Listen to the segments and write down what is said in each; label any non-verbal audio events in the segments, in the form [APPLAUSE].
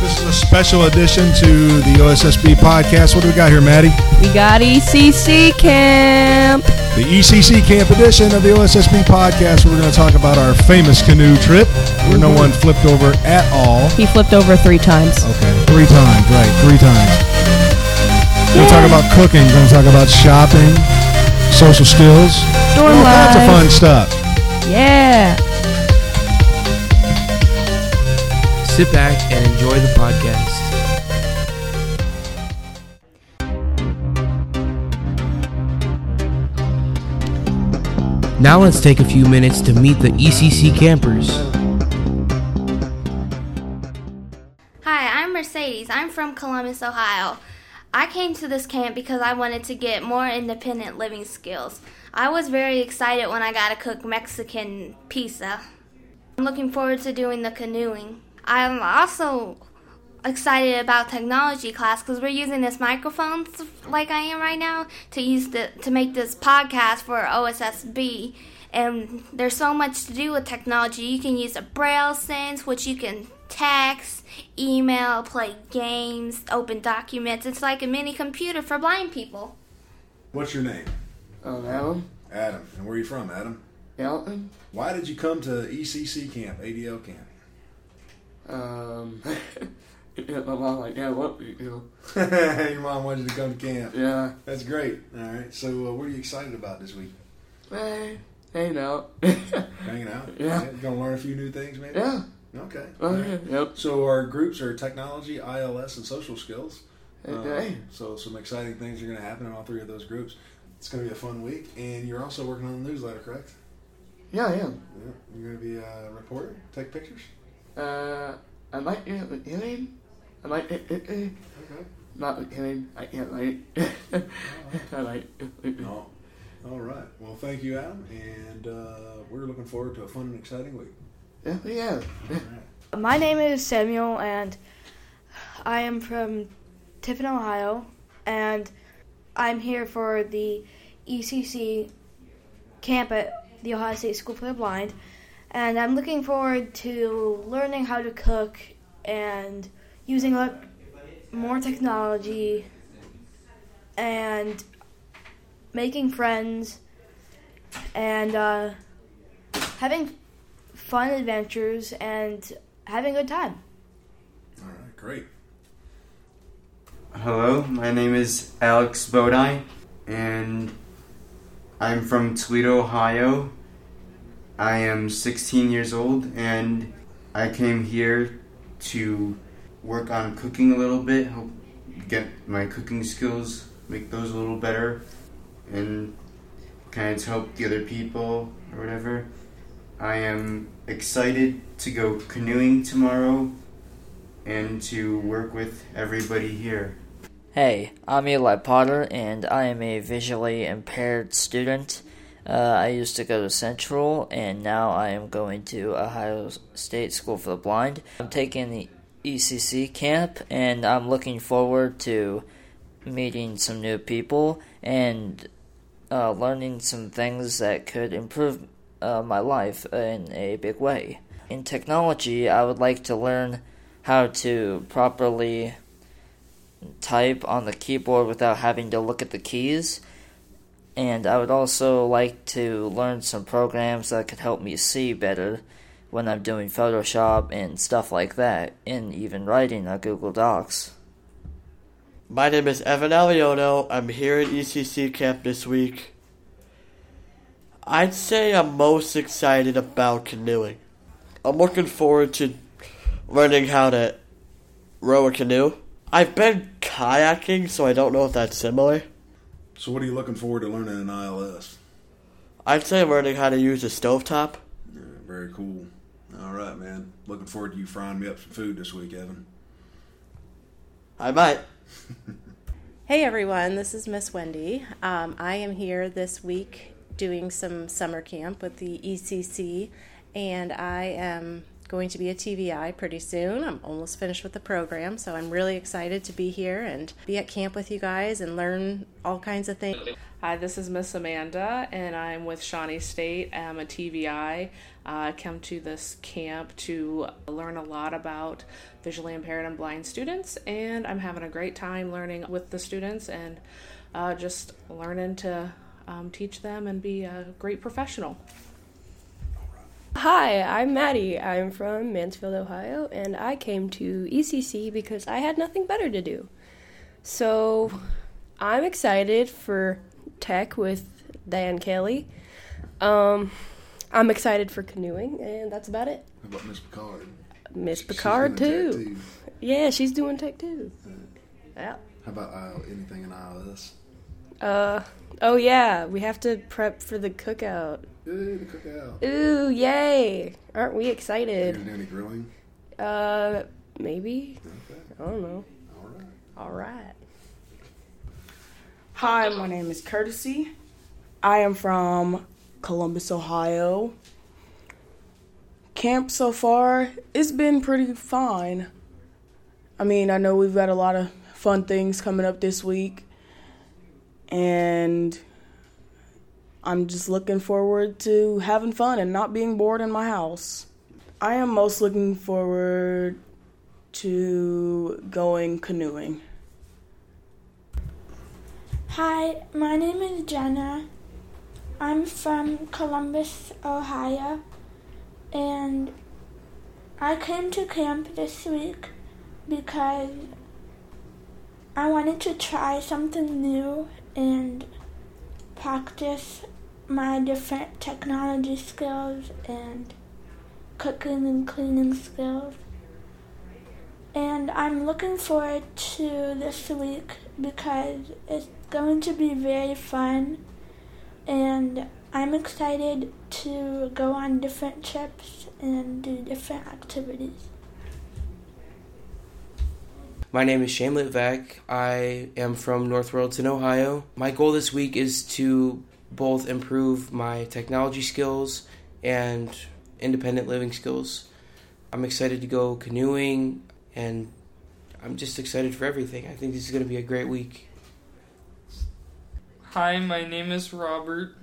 This is a special edition to the OSSB podcast. What do we got here, Maddie? We got ECC camp. The ECC Camp edition of the OSSB podcast. We're going to talk about our famous canoe trip where no one flipped over at all. He flipped over three times. Okay, three times, right? Three times. We're going to talk about cooking. We're going to talk about shopping, social skills, Dorm all kinds of life. fun stuff. Yeah. Sit back and enjoy the podcast. Now let's take a few minutes to meet the ECC campers. Hi, I'm Mercedes. I'm from Columbus, Ohio. I came to this camp because I wanted to get more independent living skills. I was very excited when I got to cook Mexican pizza. I'm looking forward to doing the canoeing. I'm also excited about technology class because we're using this microphone s- like I am right now to use the, to make this podcast for OSSB. And there's so much to do with technology. You can use a braille sense, which you can text, email, play games, open documents. It's like a mini computer for blind people. What's your name? Hello, Adam. And where are you from, Adam? Dalton. Why did you come to ECC Camp, ADL Camp? Um, [LAUGHS] yeah, my mom like, yeah, what we do? [LAUGHS] Your mom wanted you to come to camp. Yeah, That's great. All right. So, uh, what are you excited about this week? hey, hey now. Hanging out. [LAUGHS] Yeah. Gonna learn a few new things, maybe. yeah, Okay. All oh right. yeah, [LAUGHS] yep. So our groups are technology, ILS, and social skills. Uh, Okay. so some exciting things are going to happen in all three of those groups. It's going to be a fun week, and you're also working on the newsletter, correct? Yeah, yeah. Yeah. You're going to be a reporter, take pictures. Uh, I might do it with him. I might, uh, uh, uh, Okay. not with him. I can't wait. [LAUGHS] I might. No. All right. Well, thank you, Adam, and uh, we're looking forward to a fun and exciting week. Yeah, yeah. My name is Samuel, and I am from Tiffin, Ohio, and I'm here for the ECC camp at the Ohio State School for the Blind, and I'm looking forward to learning how to cook and using elec- more technology and making friends and uh, having fun adventures and having a good time. All right. Great. Hello, my name is Alex Bodine, and I'm from Toledo, Ohio. I am 16 years old, and I came here to work on cooking a little bit, help get my cooking skills, make those a little better, and kind of help the other people or whatever. I am excited to go canoeing tomorrow and to work with everybody here. Hey, I'm Eli Potter, and I am a visually impaired student. Uh, I used to go to Central, and now I am going to Ohio State School for the Blind. I'm taking the ECC camp, and I'm looking forward to meeting some new people and uh, learning some things that could improve uh, my life in a big way. In technology, I would like to learn how to properly type on the keyboard without having to look at the keys. And I would also like to learn some programs that could help me see better when I'm doing Photoshop and stuff like that, and even writing on Google Docs. My name is Evan Aliono. I'm here at ECC camp this week. I'd say I'm most excited about canoeing. I'm looking forward to learning how to row a canoe. I've been kayaking, so I don't know if that's similar. So, what are you looking forward to learning in ILS? I'd say learning how to use a stovetop. All right, very cool. All right, man. Looking forward to you frying me up some food this week, Evan. I might. Hey everyone, this is Miss Wendy. Um, I am here this E week doing some summer camp with the ECC, and I am going to be a TVI pretty soon. I'm almost finished with the program, so I'm really excited to be here and be at camp with you guys and learn all kinds of things. Hi, this is Miss Amanda, and I'm with Shawnee State. I'm a TVI. I come to this camp to learn a lot about visually impaired and blind students, and I'm having a great time learning with the students and uh, just learning to um, teach them and be a great professional. Hi, I'm Maddie. I'm from Mansfield, Ohio, and I came to ECC because I had nothing better to do. So I'm excited for tech with Dan Kelly. Um, I'm excited for canoeing, and that's about it. How about Miss Picard? Miss Picard, doing tech, too. Yeah, she's doing tech, too. Yeah. How about IL, anything in ILS? Uh, oh, yeah, we have to prep for the cookout. Ooh, the cookout. Ooh, yay! Aren't we You excited? gonna do any grilling? Uh, maybe. I don't know. All right. Hi, my name is Courtesy. I am from Columbus, Ohio. Camp so far, it's been pretty fine. I mean, I know we've got a lot of fun things coming up this week, and I'm just looking forward to having fun and not being bored in my house. I am most looking forward to going canoeing. Hi, my name is Jenna. I'm from Columbus, Ohio, and I came to camp this week because I wanted to try something new and practice my different technology skills and cooking and cleaning skills. And I'm looking forward to this week because it's going to be very fun. And I'm excited to go on different trips and do different activities. My name is Shane Litvak. I am from North Royalton, Ohio. My goal this week is to both improve my technology skills and independent living skills. I'm excited to go canoeing and I'm just excited for everything. I think this is going to be a great week. Hi, my name is Robert.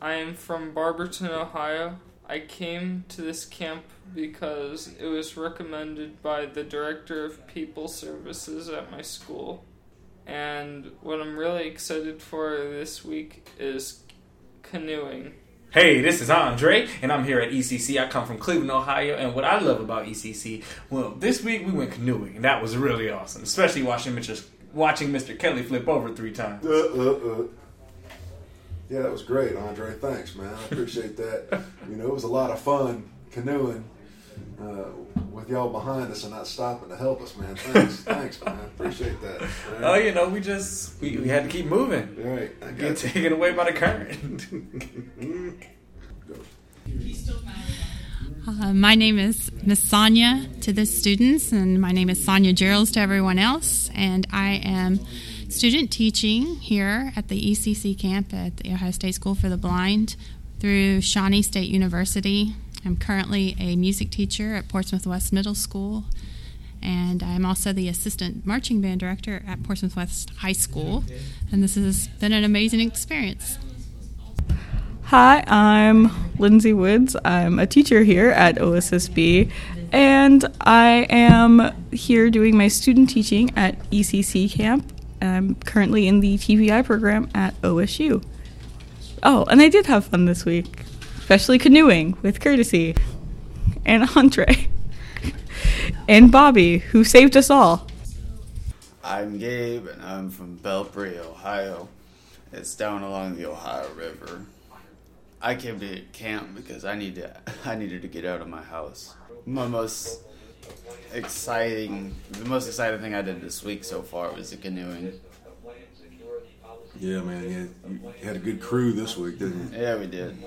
I am from Barberton, Ohio. I came to this camp because it was recommended by the director of people services at my school. And what I'm really excited for this week is canoeing. Hey, this is Andre, and I'm here at ECC. I come from Cleveland, Ohio, and what I love about ECC, well, this week we went canoeing, and that was really awesome, especially watching Mr. watching Mr. Kelly flip over three times. Uh, uh, uh. Yeah, that was great, Andre. Thanks, man. I appreciate [LAUGHS] that. you know, it was a lot of fun canoeing uh, with y'all behind us and not stopping to help us, man. [LAUGHS] Thanks, thanks, man. Appreciate that. man. Oh, you know, we just we, we had to keep moving. Right, I got get you. taken away by the current. Uh, my name is Miss Sonia to the students, and my name is Sonia Geralds to everyone else. And I am student teaching here at the ECC camp at the Ohio State School for the Blind through Shawnee State University. I'm currently a music teacher at Portsmouth West Middle School, and I'm also the assistant marching band director at Portsmouth West High School. And this has been an amazing experience. Hi, I'm Lindsay Woods. I'm a teacher here at OSSB, and I am here doing my student teaching at ECC camp. I'm currently in the TVI program at OSU. Oh, and I did have fun this week, especially canoeing with Courtesy and Andre [LAUGHS] and Bobby, who saved us all. I'm Gabe, and I'm from Belpre, Ohio. It's down along the Ohio River. I came to camp because I need to. [LAUGHS] I needed to get out of my house. My most exciting, the most exciting thing I did this week so far was the canoeing. Yeah, man. Yeah, you had a good crew this week, didn't you? Yeah, [LAUGHS] we did.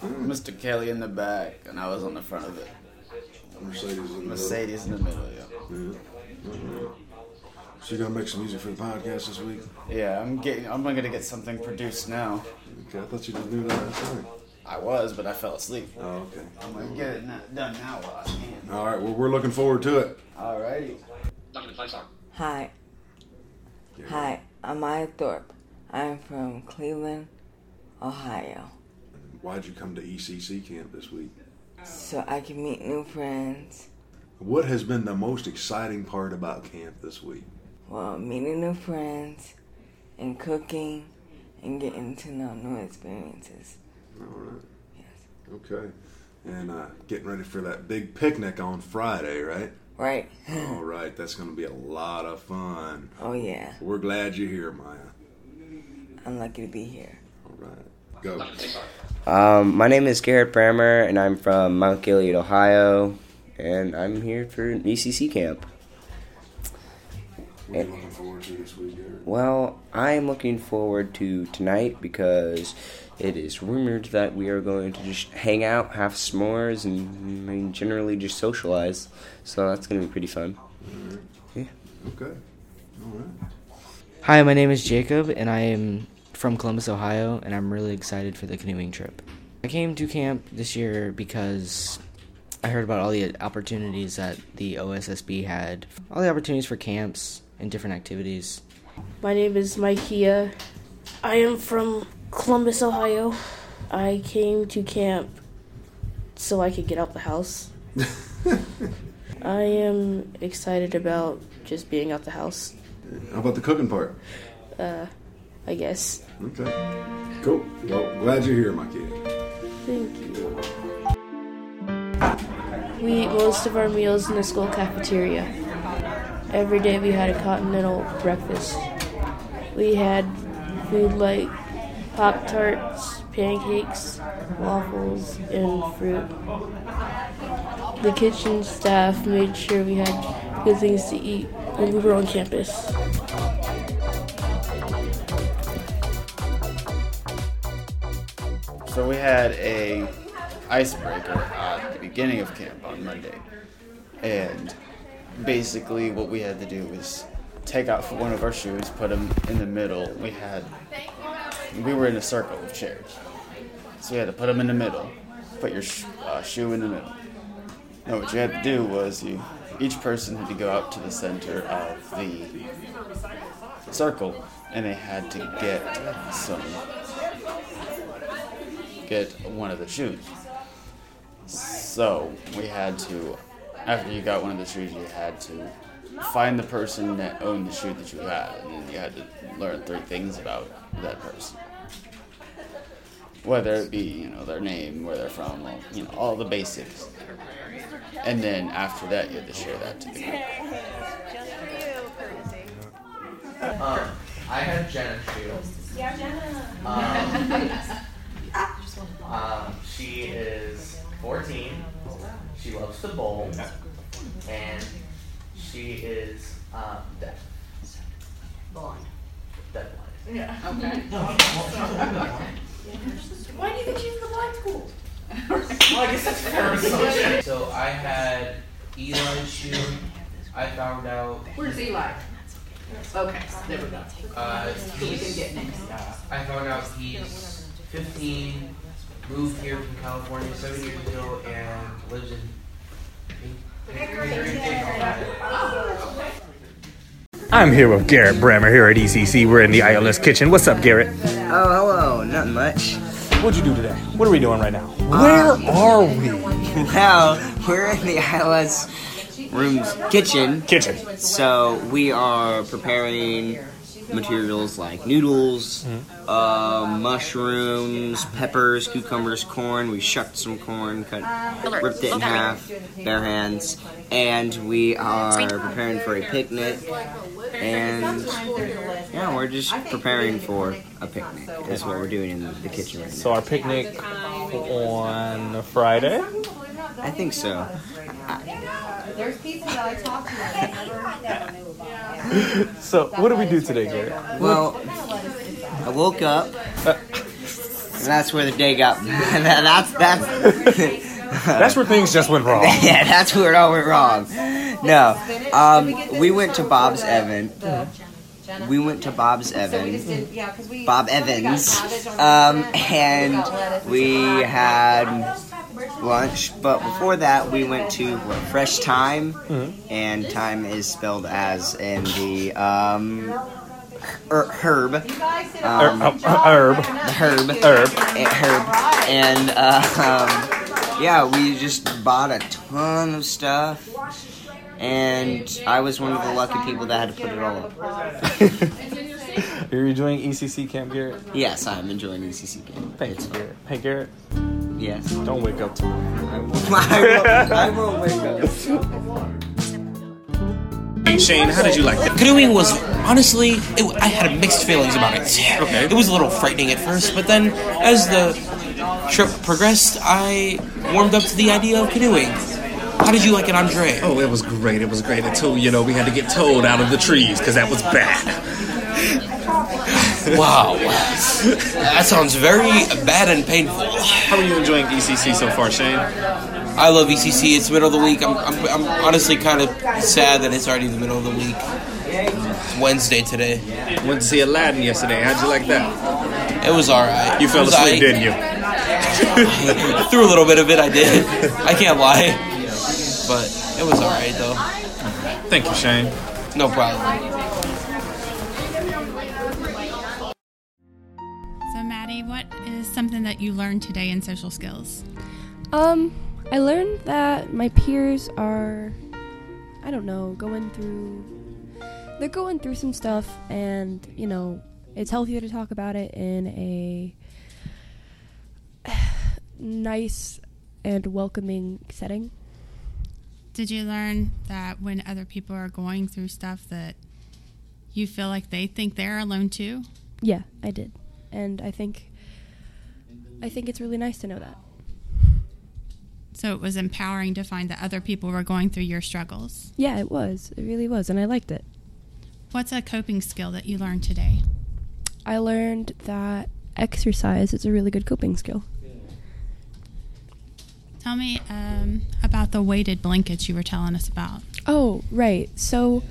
Mr. Kelly in the back, and I was on the front of it. Mercedes in the middle. Mercedes in the middle. Yeah. Uh-huh. So you gonna make some music for the podcast this week? Yeah, I'm getting. I'm gonna get something produced now. Okay, I thought you just knew that last night. I was, but I fell asleep. Oh, okay. I'm gonna get it not done now while I can. All right. Well, we're looking forward to it. All righty. Hi. Hi, I'm Maya Thorpe. I'm from Cleveland, Ohio. Why'd you come to ECC camp this week? So I can meet new friends. What has been the most exciting part about camp this week? Well, meeting new friends and cooking and getting to know new experiences. All right. Okay. And uh, getting ready for that big picnic on Friday, right? Right. [LAUGHS] All right. That's going to be a lot of fun. Oh, yeah. We're glad you're here, Maya. I'm lucky to be here. All right. Go. Um, my name is Garrett Brammer, and I'm from Mount Gilead, Ohio, and I'm here for an ECC camp. What are you looking forward to this week, Garrett? Well, I am looking forward to tonight because it is rumored that we are going to just hang out, have s'mores, and I mean, generally just socialize. So that's going to be pretty fun. Yeah. Okay. All right. Hi, my name is Jacob, and I am from Columbus, Ohio, and I'm really excited for the canoeing trip. I came to camp this year because I heard about all the opportunities that the OSSB had, all the opportunities for camps and different activities. My name is Mikea. I am from Columbus, Ohio. I came to camp so I could get out the house. I am excited about just being out the house. How about the cooking part? Uh, I guess. Okay. Cool. Well, glad you're here, my kid. Thank you. We eat most of our meals in the school cafeteria. Every day we had a continental breakfast. We had food like Pop Tarts, pancakes, waffles, and fruit. The kitchen staff made sure we had good things to eat when we were on campus. So we had a icebreaker at the beginning of camp on Monday, and basically what we had to do was take out one of our shoes, put them in the middle. We had we were in a circle of chairs, so you had to put them in the middle. Put your sh- uh, shoe in the middle. No, what you had to do was you each person had to go out to the center of the circle, and they had to get some get one of the shoes. So we had to, after you got one of the shoes, you had to find the person that owned the shoe that you had, and then you had to learn three things about that person. Whether it be you know their name, where they're from, like, you know all the basics. And then after that, you had to share that to the group. Um, I had Jenna too. Um, um, [LAUGHS] she is 14. She loves to bowl, and she is um, deaf. Blind. Deaf blind. Yeah. Okay. Why do you think she's in the blind school? Well, I guess that's [LAUGHS] fair assumption. So I had Eli's shoe. I found out. Where's Eli? Okay, there we go. Uh, So we he's- can get next. I found out he's 15, moved here from California seven years ago, and lives in. [LAUGHS] I'm here with Garrett Brammer here at ECC. We're in the ILS kitchen. What's up, Garrett? Oh, hello. Not much. What'd you do today? What are we doing right now? Um, Where are we? [LAUGHS] Well, we're in the ILS room's kitchen. Kitchen. So we are preparing materials like noodles, Mm-hmm. uh, mushrooms, peppers, cucumbers, corn. We shucked some corn, cut, ripped it in half, bare hands, and we are preparing for a picnic. And yeah, we're just preparing for a picnic. Is what we're doing in the kitchen right now. So our picnic on Friday. I think so. There's people that I talk to that I never that knew about. [LAUGHS] So what do we do today, Garrett? Well, I woke up. Uh, and that's where the day got. [LAUGHS] that's [LAUGHS] that's. That's where things just went [LAUGHS] wrong. [LAUGHS] yeah, that's where it all went wrong. No, um, we went to Bob's Evan, we went to Bob's So we just Evan, did, yeah, because we. Bob somebody got Evans, cabbage on the um, internet, somebody got lettuce, and we somebody had lunch. But before that, we went to what, Fresh Time, and time is spelled as in the um, her- herb. Um, Her- oh, uh, herb. Herb. Herb. Eh, Herb. And uh, um, yeah, we just bought a ton of stuff. And I was one of the lucky people that had to put it all up. You're enjoying E ECC Camp Garrett? [LAUGHS] Yes, I'm enjoying ECC Camp. Thank you, Garrett. Hey, Garrett. Yes. Don't wake up tomorrow. [LAUGHS] I I will wake up. Shane, how did you like that? Canoeing was honestly, it, I had mixed feelings about it. Okay. It was a little frightening at first, but then as the trip progressed, I warmed up to the idea of canoeing. How did you like it, Andre? [LAUGHS] Oh, it was great. It was great until, you know, we had to get towed out of the trees because that was bad. wow. That sounds very bad and painful. How are you enjoying ECC so far, Shane? I love ECC. It's middle of the week. I'm, I'm, I'm honestly kind of sad that it's already the middle of the week. It's Wednesday today. Went to see Aladdin yesterday. How'd you like that? It was alright. You fell It was aight. asleep, didn't you? [LAUGHS] Through a little bit of it, I did. I can't lie. But it was alright, though. Thank you, Shane. No problem. So, Maddie, what is something that you learned today in social skills? Um, I learned that my peers are, I don't know, going through. They're going through some stuff, and you know, it's healthier to talk about it in a [SIGHS] nice and welcoming setting. Did you learn that when other people are going through stuff that you feel like they think they're alone too? Yeah, I did, and I think, I think it's really nice to know that. So it was empowering to find that other people were going through your struggles. Yeah, it was. It really was, and I liked it. What's a coping skill that you learned today? I learned that exercise is a really good coping skill. Tell me um, about the weighted blankets you were telling us about. Oh, right. So,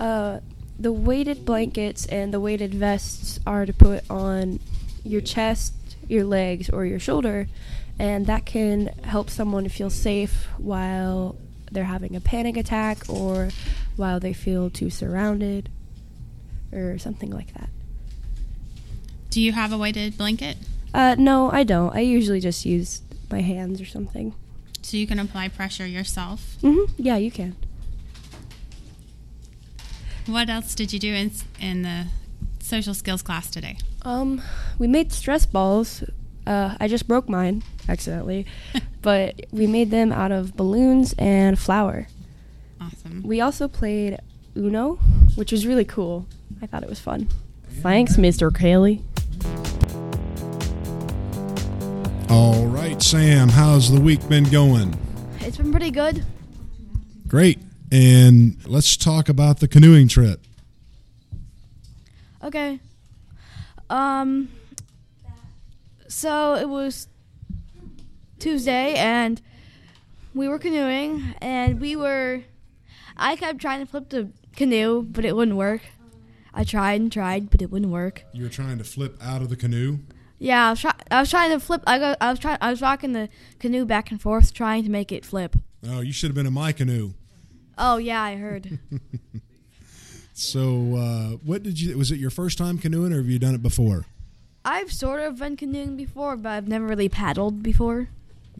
uh, the weighted blankets and the weighted vests are to put on your chest, your legs, or your shoulder, and that can help someone feel safe while they're having a panic attack or while they feel too surrounded or something like that. Do you have a weighted blanket? Uh, no, I don't. I usually just use my hands or something. So you can apply pressure yourself. Mm-hmm. Yeah, you can. What else did you do in, in the social skills class today? Um, we made stress balls. Uh, I just broke mine accidentally, but we made them out of balloons and flour. Awesome. We also played Uno, which was really cool. I thought it was fun. Thanks, Mr. Kelly. All right, Sam, how's the week been going? It's been pretty good. Great. And let's talk about the canoeing trip. Okay. Um. So it was Tuesday, and we were canoeing, and we were. I kept trying to flip the canoe, but it wouldn't work. I tried and tried, but it wouldn't work. You were trying to flip out of the canoe. Yeah, I was, try- I was trying to flip. I, got, I was trying. I was rocking the canoe back and forth, trying to make it flip. Oh, you should have been in my canoe. [LAUGHS] Oh yeah, I heard. So, uh, what did you? Was it your first time canoeing, or have you done it before? I've sort of been canoeing before, but I've never really paddled before.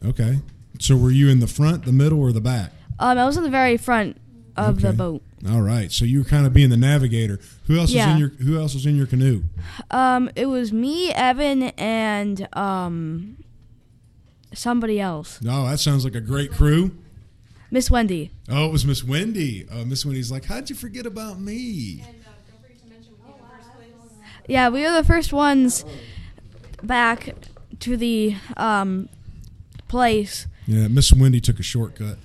Okay. So, were you in the front, the middle, or the back? Um, I was in the very front of the Okay. boat. All right. So you were kind of being the navigator. Who else Yeah. was in your Who else was in your canoe? Um, it was me, Evan, and um, somebody else, Oh, that sounds like a great crew. Miss Wendy. Oh, it was Miss Wendy. Uh, Miss Wendy's like, how'd you forget about me? Yeah, we were the first ones back to the um place. Yeah, Miss Wendy took a shortcut.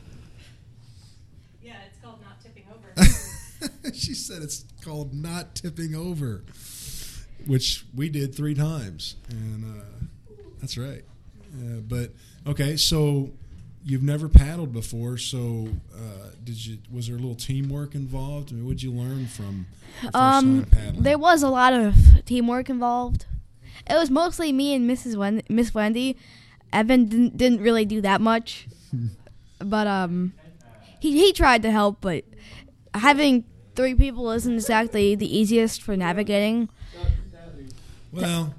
[LAUGHS] [LAUGHS] she said it's called not tipping over, which we did three times, and uh, that's right. Uh, but okay, so You've never paddled before, so uh, did you? Was there a little teamwork involved? I mean, what'd you learn from the first Um, time paddling? there was a lot of teamwork involved. It was mostly me and Mrs. Wen- Miss Wendy. Evan didn't, didn't really do [LAUGHS] that much, but um, he he tried to help. But having three people isn't exactly the easiest for navigating. Well,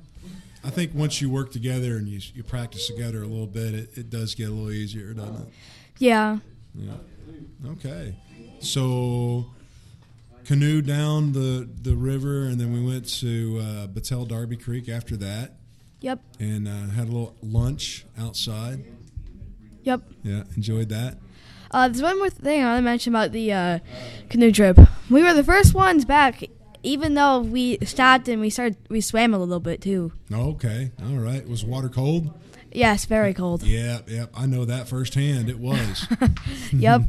I think once you work together and you, you practice together a little bit, it, it does get a little easier, doesn't it? Yeah. Yeah. Okay. So canoe down the, the river, and then we went to uh, Battelle Darby Creek after that. Yep. And uh, had a little lunch outside. Yep. Yeah, enjoyed that. Uh, there's one more thing I want to mention about the uh, canoe trip. We were the first ones back, even though we stopped and we started we swam a little bit too. Okay. All right. Was water cold? Yes, very cold. Yep, yep. I know that firsthand. It was. [LAUGHS] Yep.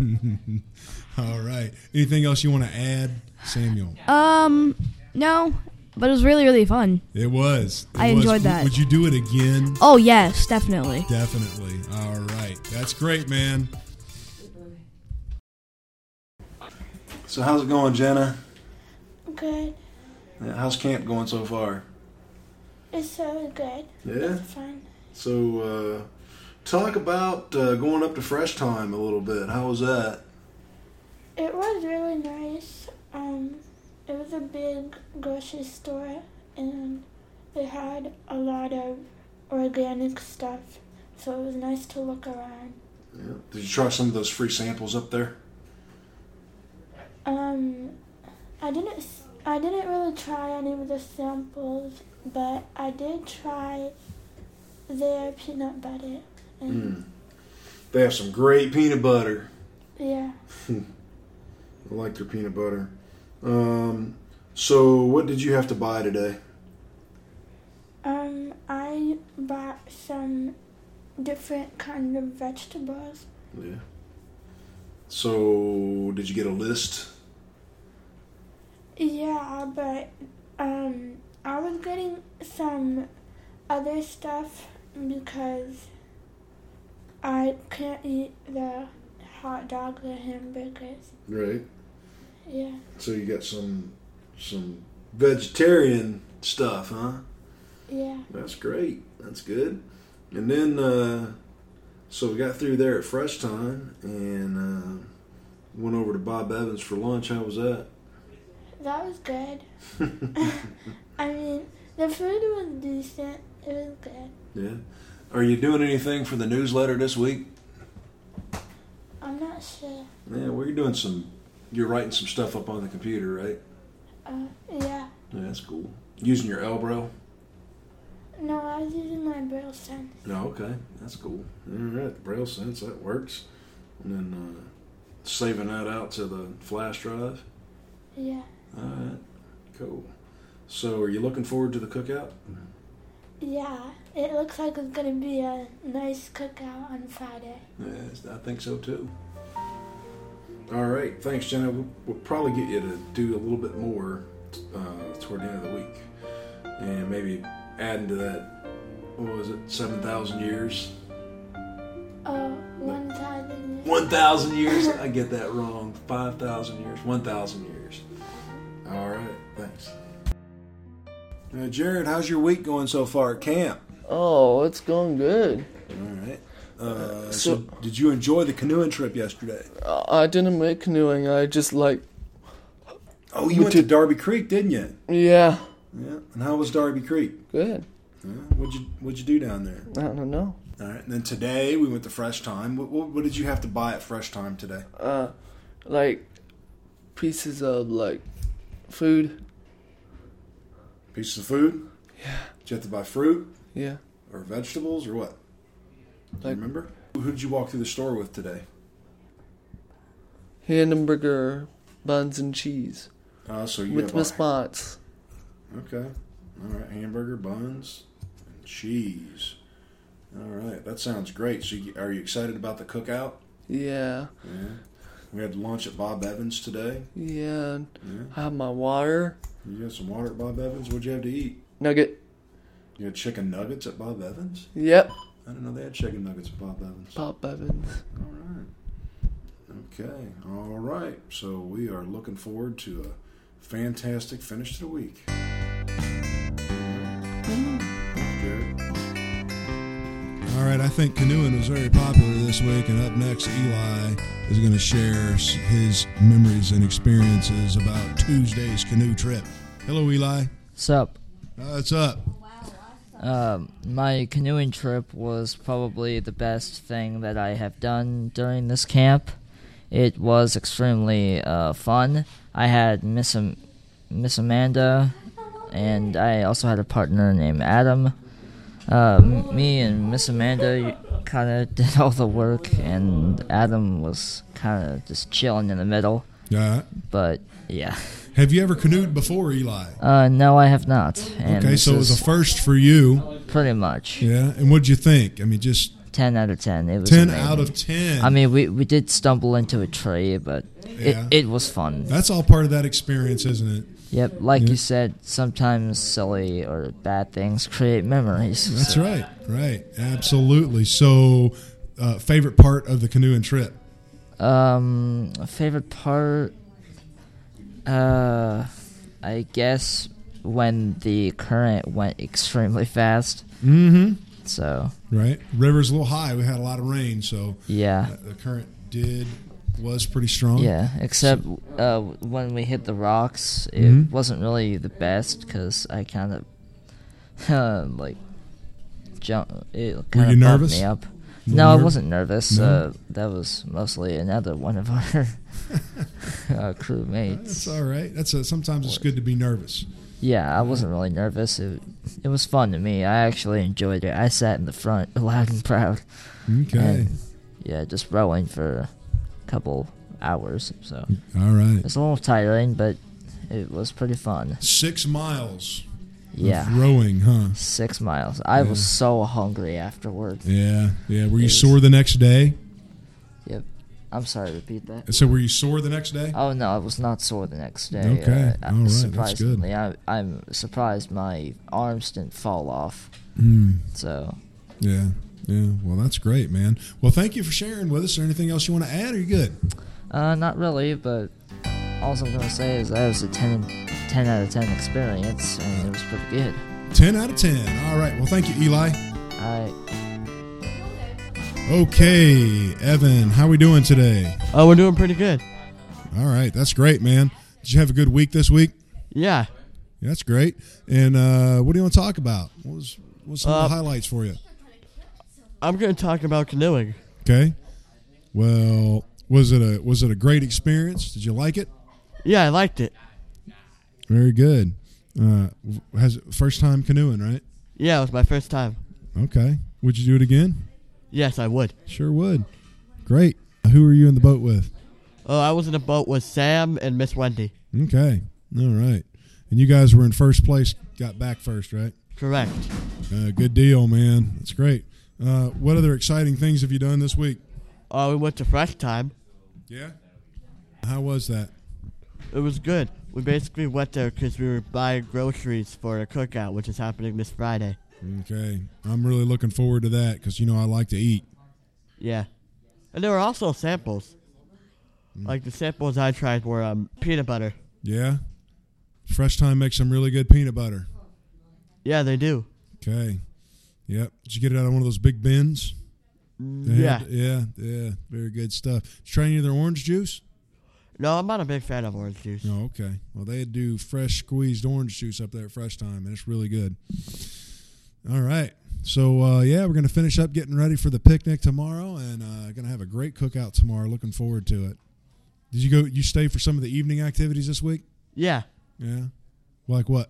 [LAUGHS] All right. Anything else you want to add, Samuel? Um, no, but it was really really fun. It was. It I was. enjoyed W- that. Would you do it again? Oh yes, definitely. Definitely. All right. That's great, man. So how's it going, Jenna? Good. Yeah, How's camp going so far? It's really good. Yeah. It's fun. So uh, talk about uh, going up to Fresh Time a little bit. How was that? It was really nice. Um, it was a big grocery store, and they had a lot of organic stuff, so it was nice to look around. Yeah. Did you try some of those free samples up there? Um, I didn't, s- I didn't really try any of the samples, but I did try their peanut butter. Mm. They have some great peanut butter. [LAUGHS] Yeah. I like their peanut butter. Um, so what did you have to buy today? Um, I bought some different kind of vegetables. Yeah. So did you get a list? Yeah, but um, I was getting some other stuff because I can't eat the hot dog or hamburgers. Right. Yeah, So you got some some vegetarian stuff, huh? yeah, That's great. That's good. And then, uh, so we got through there at Fresh Time and uh, went over to Bob Evans for lunch. How was that? that was [LAUGHS] good. I mean, the food was decent. It was good. Yeah. Are you doing anything for the newsletter this week? I'm not sure. Yeah, well, you're doing some, you're writing some stuff up on the computer, right? Uh, yeah. Yeah, that's cool. Using your elbow? No, I was using my braille sense. No, okay. That's cool. All right. Braille sense, that works. And then uh, saving that out to the flash drive. Yeah, All right. Cool. So are you looking forward to the cookout? yeah. It looks like it's gonna be a nice cookout on Friday. Yes, I think so too. All right, thanks, Jenna. We'll, we'll probably get you to do a little bit more uh, toward the end of the week, and maybe adding to that. What was it? Seven thousand years? Oh, one thousand. One thousand years? I get that wrong. Five thousand years? One thousand years? All right, thanks. Uh, Jared, how's your week going so far at camp? Oh, it's going good. All right. Uh, so, did you enjoy the canoeing trip yesterday? I I didn't make canoeing. I just like. Oh, you went to Darby Creek, didn't you? Yeah. Yeah. And how was Darby Creek? Good. Yeah. What'd you What'd you do down there? I don't know. All right. And then today we went to Fresh Time. What, what, what did you have to buy at Fresh Time today? Uh, like pieces of like food. Pieces of food. Yeah. Did you have to buy fruit Yeah. or vegetables or what? Do you remember? Who did you walk through the store with today? Hamburger buns and cheese. Uh, so you with have Miss all- Mott's. Okay. All right. Hamburger buns, and cheese. All right. That sounds great. So, you, are you excited about the cookout? Yeah. Yeah. We had lunch at Bob Evans today. Yeah. and I have my water. You got some water at Bob Evans. What'd you have to eat? Nugget. You had chicken nuggets at Bob Evans. Yep. I didn't know they had chicken nuggets at Bob Evans. Bob Evans. All right. Okay. All right. So we are looking forward to a fantastic finish to the week. All right, I think canoeing was very popular this week, and up next, Eli is going to share s- his memories and experiences about Tuesday's canoe trip. Hello, Eli. Sup? what's up? Um, my canoeing trip was probably the best thing that I have done during this camp. It was extremely uh, fun. I had Miss Am- Miss Amanda, and I also had a partner named Adam. Uh, m- me and Miss Amanda kind of [LAUGHS] did all the work, and Adam was kind of just chilling in the middle. Yeah. But yeah. Have you ever canoed before, Eli? Uh, no, I have not. And okay, this so it was is a first for you. pretty much. Yeah, and what'd you think? I mean, just ten out of ten. It was 10 amazing. out of 10. I mean, we we did stumble into a tree, but Yeah. it it was fun. that's all part of that experience, isn't it? Yep, like you said, sometimes silly or bad things create memories. That's so- right, right, absolutely. So, uh, favorite part of the canoeing trip? Um, favorite part, uh, I guess when the current went extremely fast. Mm-hmm. So Right, river's a little high. We had a lot of rain, so Yeah. uh, the current did was pretty strong. Yeah, except uh, when we hit the rocks, it Mhm. wasn't really the best because I kind of uh, [LAUGHS] like jump. It kind of bumped nervous? me up. Were you No, I nerv- wasn't nervous. No? [LAUGHS] Uh, that was mostly another one of our [LAUGHS] uh, crewmates. That's all right. That's a, sometimes it's good to be nervous. Yeah, I wasn't really nervous. It it was fun to me. I actually enjoyed it. I sat in the front, [LAUGHS] loud and proud. Okay. And, yeah, just rowing for a couple hours. So. All right. It's a little tiring, but it was pretty fun. Six miles. of Yeah. rowing, huh? Six miles. I was Yeah. so hungry afterward. Yeah, yeah. Were you sore the next day? Yep. I'm sorry. Repeat that. So were you sore the next day? Oh no, I was not sore the next day. Okay. All I- right, that's good. Surprisingly, I, I'm surprised my arms didn't fall off. Mm. So Yeah, yeah. Well, that's great, man. Well, thank you for sharing with us. Is there anything else you want to add? Are you good? Uh, not really, but all I'm gonna say is that was a 10, 10 out of ten experience, and it was pretty good. Ten out of ten. All right. Well, thank you, Eli. I Okay, Evan, how we doing today? Oh, we're doing pretty good. All right, that's great, man. Did you have a good week this week? Yeah. that's great. And uh, what do you want to talk about? What was what's some Uh, of the highlights for you? I'm going to talk about canoeing. Okay. Well, was it a was it a great experience? Did you like it? Yeah, I liked it. Very good. Uh, has first time canoeing, right? Yeah, it was my first time. Okay. Would you do it again? Yes, I would. Sure would. Great. Who are you in the boat with? Oh, I was in a boat with Sam and Miss Wendy. Okay. All right. And you guys were in first place, got back first, right? Correct. Uh, good deal, man. That's great. Uh, what other exciting things have you done this week? Oh, we went to Fresh Time. Yeah. How was that? It was good. We basically went there because we were buying groceries for a cookout, which is happening this Friday. Okay. I'm really looking forward to that because, you know, I like to eat. Yeah. And there were also samples. Like the samples I tried were um, peanut butter. Hmm. Yeah. Fresh Time makes some really good peanut butter. Yeah, they do. Okay. Yep. Did you get it out of one of those big bins? They yeah. had- yeah. Yeah. Very good stuff. Did you try any of their orange juice? No, I'm not a big fan of orange juice. Oh, okay. Well, they do fresh squeezed orange juice up there at Fresh Time, and it's really good. All right. So, uh, yeah, we're going to finish up getting ready for the picnic tomorrow, and uh, going to have a great cookout tomorrow. Looking forward to it. Did you go? You stay for some of the evening activities this week? Yeah. Yeah. Like what?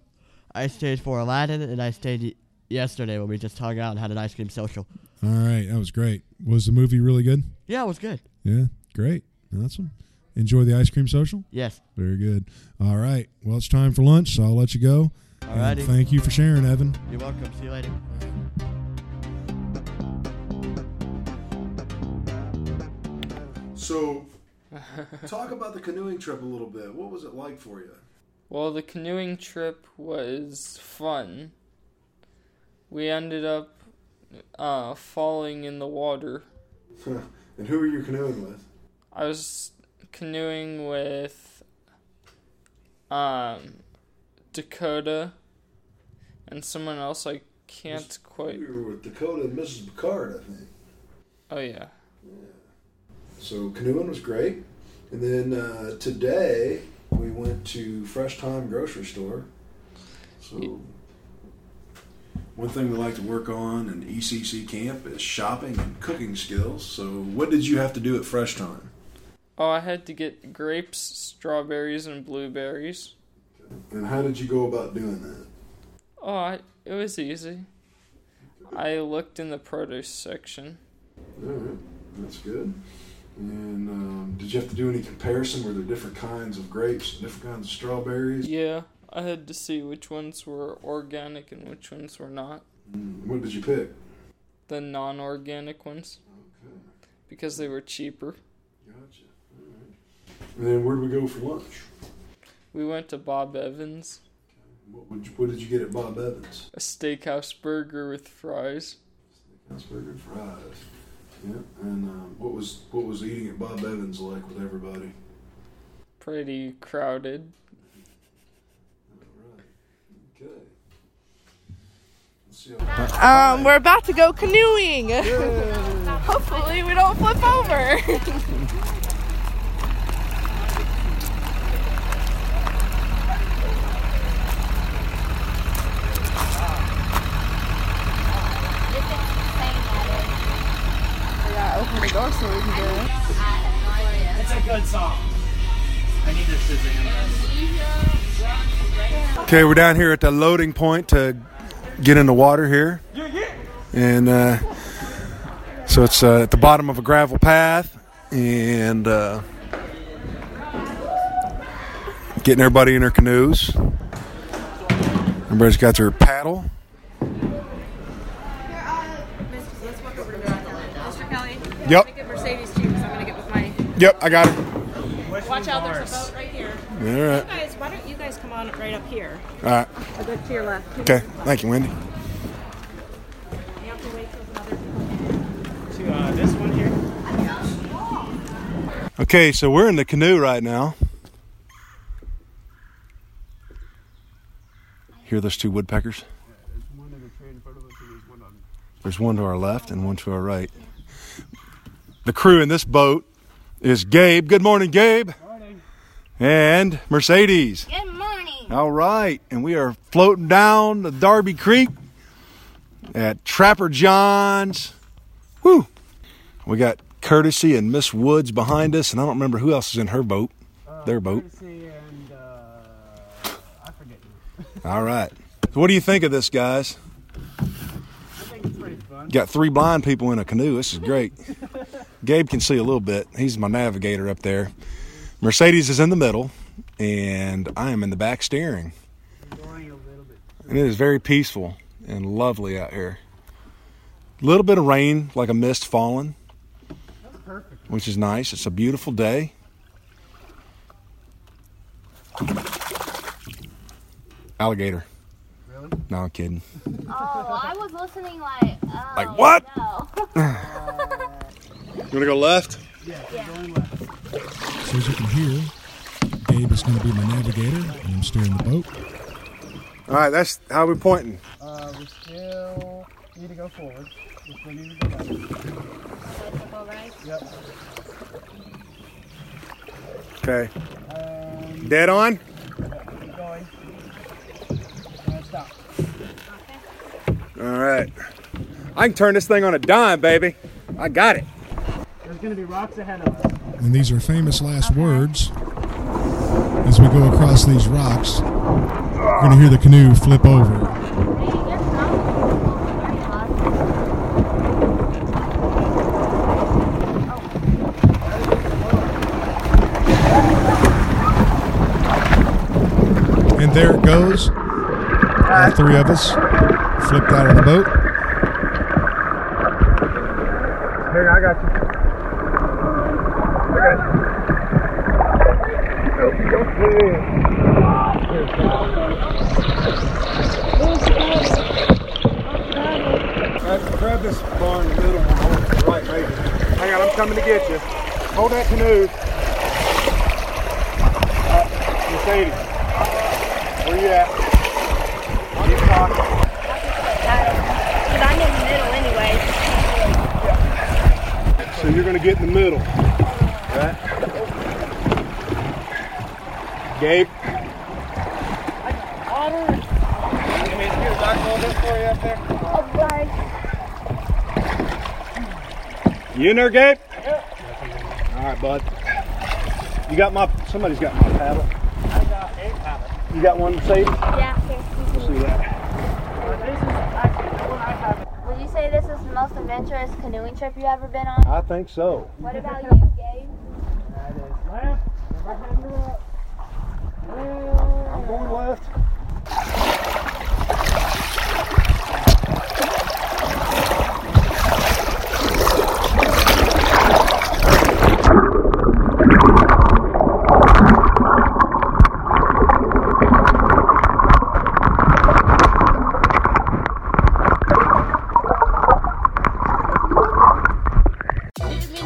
I stayed for Aladdin, and I stayed y- yesterday when we just hung out and had an ice cream social. All right, that was great. Was the movie really good? Yeah, it was good. Yeah, great. Awesome. Enjoy the ice cream social. Yes. Very good. All right. Well, it's time for lunch, so I'll let you go. All And righty. Thank you for sharing, Evan. You're welcome. See you later. So, [LAUGHS] talk about the canoeing trip a little bit. What was it like for you? Well, the canoeing trip was fun. We ended up uh, falling in the water. [LAUGHS] and who are you canoeing with? I was canoeing with um, Dakota and someone else I can't quite. You were with Dakota and Mrs. Picard, I think. Oh, yeah. So canoeing was great. And then uh, today we went to Fresh Time Grocery Store. So one thing we like to work on in ECC camp is shopping and cooking skills. So what did you have to do at Fresh Time? Oh, I had to get grapes, strawberries, and blueberries. And how did you go about doing that? Oh, I, it was easy. I looked in the produce section. All right, that's good. And um, did you have to do any comparison? Were there different kinds of grapes, different kinds of strawberries? Yeah, I had to see which ones were organic and which ones were not. Mm, What did you pick? The non organic ones. Because they were cheaper. Gotcha. And then where did we go for lunch? We went to Bob Evans, What, would you, what did you get at Bob Evans? a steakhouse burger with fries. Steakhouse and fries. Yeah. And um, what was what was eating at Bob Evans like with everybody? Pretty crowded. Um, we're about to go canoeing. [LAUGHS] Hopefully, we don't flip over. [LAUGHS] Yeah, open the door so we can do it. It's a good song. I need this Shazam. Okay, we're down here at the loading point to get in the water here. And uh, so it's uh, at the bottom of a gravel path and uh, getting everybody in their canoes. Everybody's got their paddle. Mr. Kelly. Yep. Make it Mercedes Jeep, so I'm gonna get with my. Yep, I got it. Watch out, there's a boat right here. All right. You guys, why don't you guys come on right up here? All right. A good to your left. Okay, thank you, Wendy. You have to wait till the other. To uh, this one here. Okay, so we're in the canoe right now. Hear those two woodpeckers? There's one to our left and one to our right. The crew in this boat is Gabe. Good morning, Gabe. And Mercedes. Good morning. All right, and we are floating down the Darby Creek at Trapper John's. Woo! We got Courtesy and Miss Woods behind us, and I don't remember who else is in her boat. Their boat. [LAUGHS] All right. So, what do you think of this, guys? Got three blind people in a canoe. This is great. Gabe can see a little bit. He's my navigator up there. Mercedes is in the middle, and I am in the back steering. And it is very peaceful and lovely out here. A little bit of rain, like a mist falling, which is nice. It's a beautiful day. Alligator. Really? No, I'm kidding. Oh, I was listening like. Oh, Like, what? No. [LAUGHS] [LAUGHS] You want to go left? So as you can hear, Gabe is going to be my navigator, and I'm steering the boat. All right, that's how we're pointing. Uh, we still need to go forward. We still need to go left. Yep. Okay. Dead on? Keep going. And stop. All right. I can turn this thing on a dime, baby. I got it. There's gonna be rocks ahead of us. And these are famous last words. As we go across these rocks, we're going to hear the canoe flip over. And there it goes. All three of us flipped out of the boat. Here, I got you. I got you. Grab Hold that canoe. Uh, Mercedes, where you at? Keep talking. Because I'm in the middle anyway. So you're going to get in the middle. Right? Gabe? You in there, Gabe? All right, bud. You got my, somebody's got my paddle. I got a paddle. You got one, Mercedes? Yeah, here. Let's see that. Would you say this is the most adventurous canoeing trip you ever been on? I think so. What about you, Gabe? I'm going left.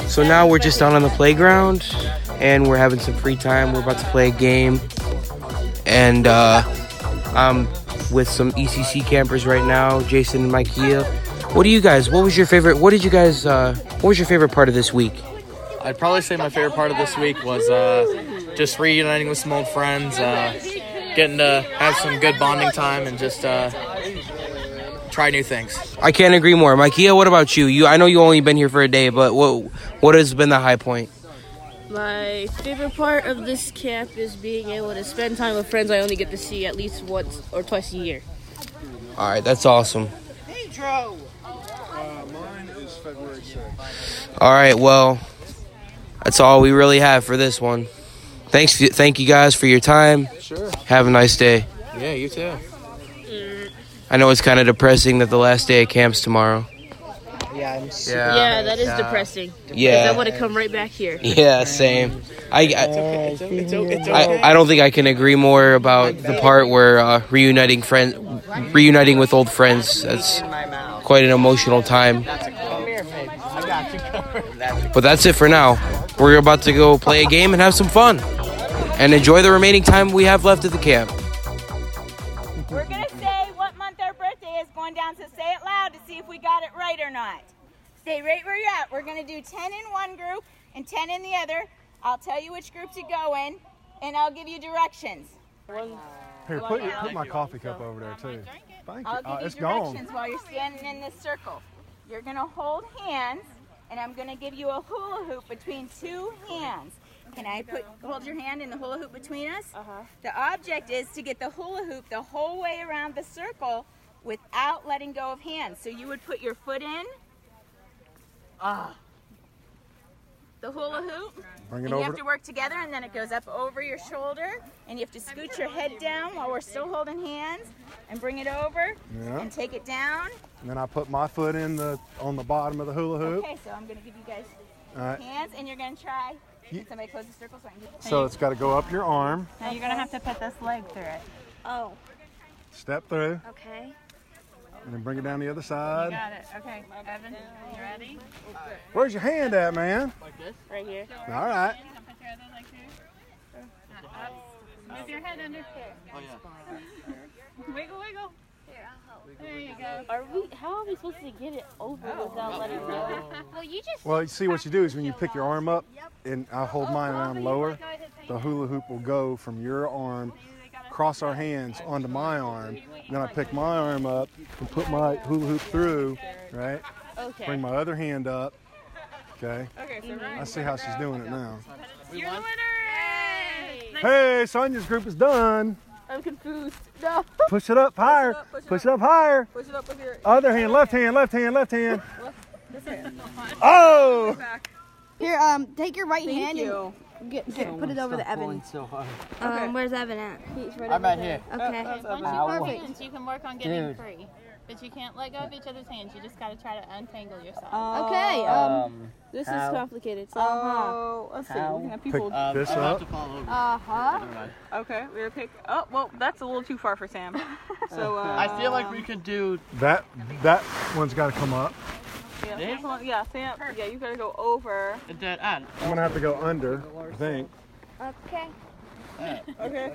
So now we're just down on the playground and we're having some free time. We're about to play a game. And uh, I'm with some ECC campers right now, Jason and Mikea. What do you guys, what was your favorite, what did you guys, uh, what was your favorite part of this week? I'd probably say my favorite part of this week was uh, just reuniting with some old friends, uh, getting to have some good bonding time, and just uh, try new things. I can't agree more. Mikea, what about you? You, I know you only been here for a day, but what, what has been the high point? My favorite part of this camp is being able to spend time with friends I only get to see at least once or twice a year. All right, that's awesome. Pedro! Uh, mine is February 6th. All right, well, that's all we really have for this one. Thanks, thank you guys for your time. Sure. Have a nice day. Yeah, you too. Mm. I know it's kind of depressing that the last day of camp's tomorrow. Yeah, I'm super Yeah, Yeah. that is Yeah. depressing. 'Cause Yeah. I want to come right back here. Yeah, same. I, I, It's okay. It's okay. It's okay. I, I don't think I can agree more about the part where uh, reuniting friend, reuniting with old friends. That's quite an emotional time. I got you covered. But that's it for now. We're about to go play a game and have some fun, and enjoy the remaining time we have left at the camp. [LAUGHS] We're gonna say what month our birthday is going down, so say it loud to see if we got it right or not. Stay right where you're at. We're gonna do ten in one group and ten in the other. I'll tell you which group to go in, and I'll give you directions. Here, put, your, put my coffee cup over there too. Thank you. I'll Uh, give it's you directions gone. while you're standing in this circle. You're gonna hold hands, and I'm gonna give you a hula hoop between two hands. Can I put hold your hand in the hula hoop between us? Uh-huh. The object is to get the hula hoop the whole way around the circle without letting go of hands. So you would put your foot in. Ah. The hula hoop. Bring it and you over have to- to work together, and then it goes up over your shoulder, and you have to scoot your head down while we're still holding hands, and bring it over, Yeah. and take it down. And then I put my foot in the on the bottom of the hula hoop. Okay, so I'm gonna give you guys All right. hands, and you're gonna try. Can somebody close the circle so I can get- So it's got to go up your arm. Now you're gonna have to put this leg through it. Oh. Step through, Okay. and then bring it down the other side. it. Okay. Evan, you ready? Where's your hand at, man? Like this? Right here. All right. Move your head under. [LAUGHS] Wiggle, wiggle. There you go. Are we? How are we supposed to get it over without letting go? Oh. Well, you just. Well, you see what you do is when you pick your arm up, and I hold Oh, mine around lower, the hula hoop will go from your arm, cross our hands onto my arm. Then I pick my arm up and put my hula hoop through, right? Okay. Bring my other hand up. Okay. Okay, so I see how she's doing it now. You're the winner! Hey, Sonia's group is done. I'm confused. No. [LAUGHS] Push it up higher. Push it up higher. Push it up with your- Other hand, left hand, left hand, left [LAUGHS] hand. Oh! [LAUGHS] Here, um, take your right Thank hand you. and get, get- put it over to Evan. Um, where's Evan at? He's right I'm over right there. here. Okay. That's Once Evan. you Ow. perfect. Hands, you can work on getting Dude. free, but you can't let go of each other's hands. You just gotta try to untangle yourself. Okay, um, this is how? complicated. So, Oh, let's see, we're gonna Uh-huh. Pick this up. Uh Uh-huh. huh. Okay, we're gonna pick. Oh, well, that's a little too far for [LAUGHS] Sam. uh, I feel like we could do That that one's got to come up. Yeah, yeah. yeah, Sam. Yeah, you gotta go over. Dead end. I'm gonna have to go under, I think. Okay. okay. Okay.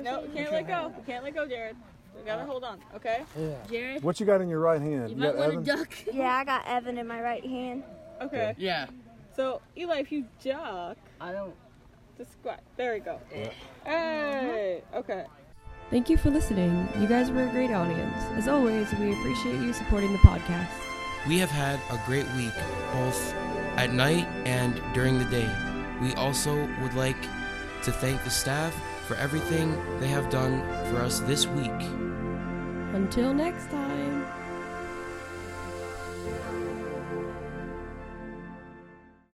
No, can't let go. Can't let go, Jared. We gotta hold on. Okay. Yeah. Jared. What you got in your right hand? You got might wanna Evan? duck. [LAUGHS] Yeah, I got Evan in my right hand. Okay. Yeah. So Eli, if you duck, I don't. Just squat. There we go. Hey. Okay. Thank you for listening. You guys were a great audience. As always, we appreciate you supporting the podcast. We have had a great week, both at night and during the day. We also would like to thank the staff for everything they have done for us this week. Until next time. Yeah.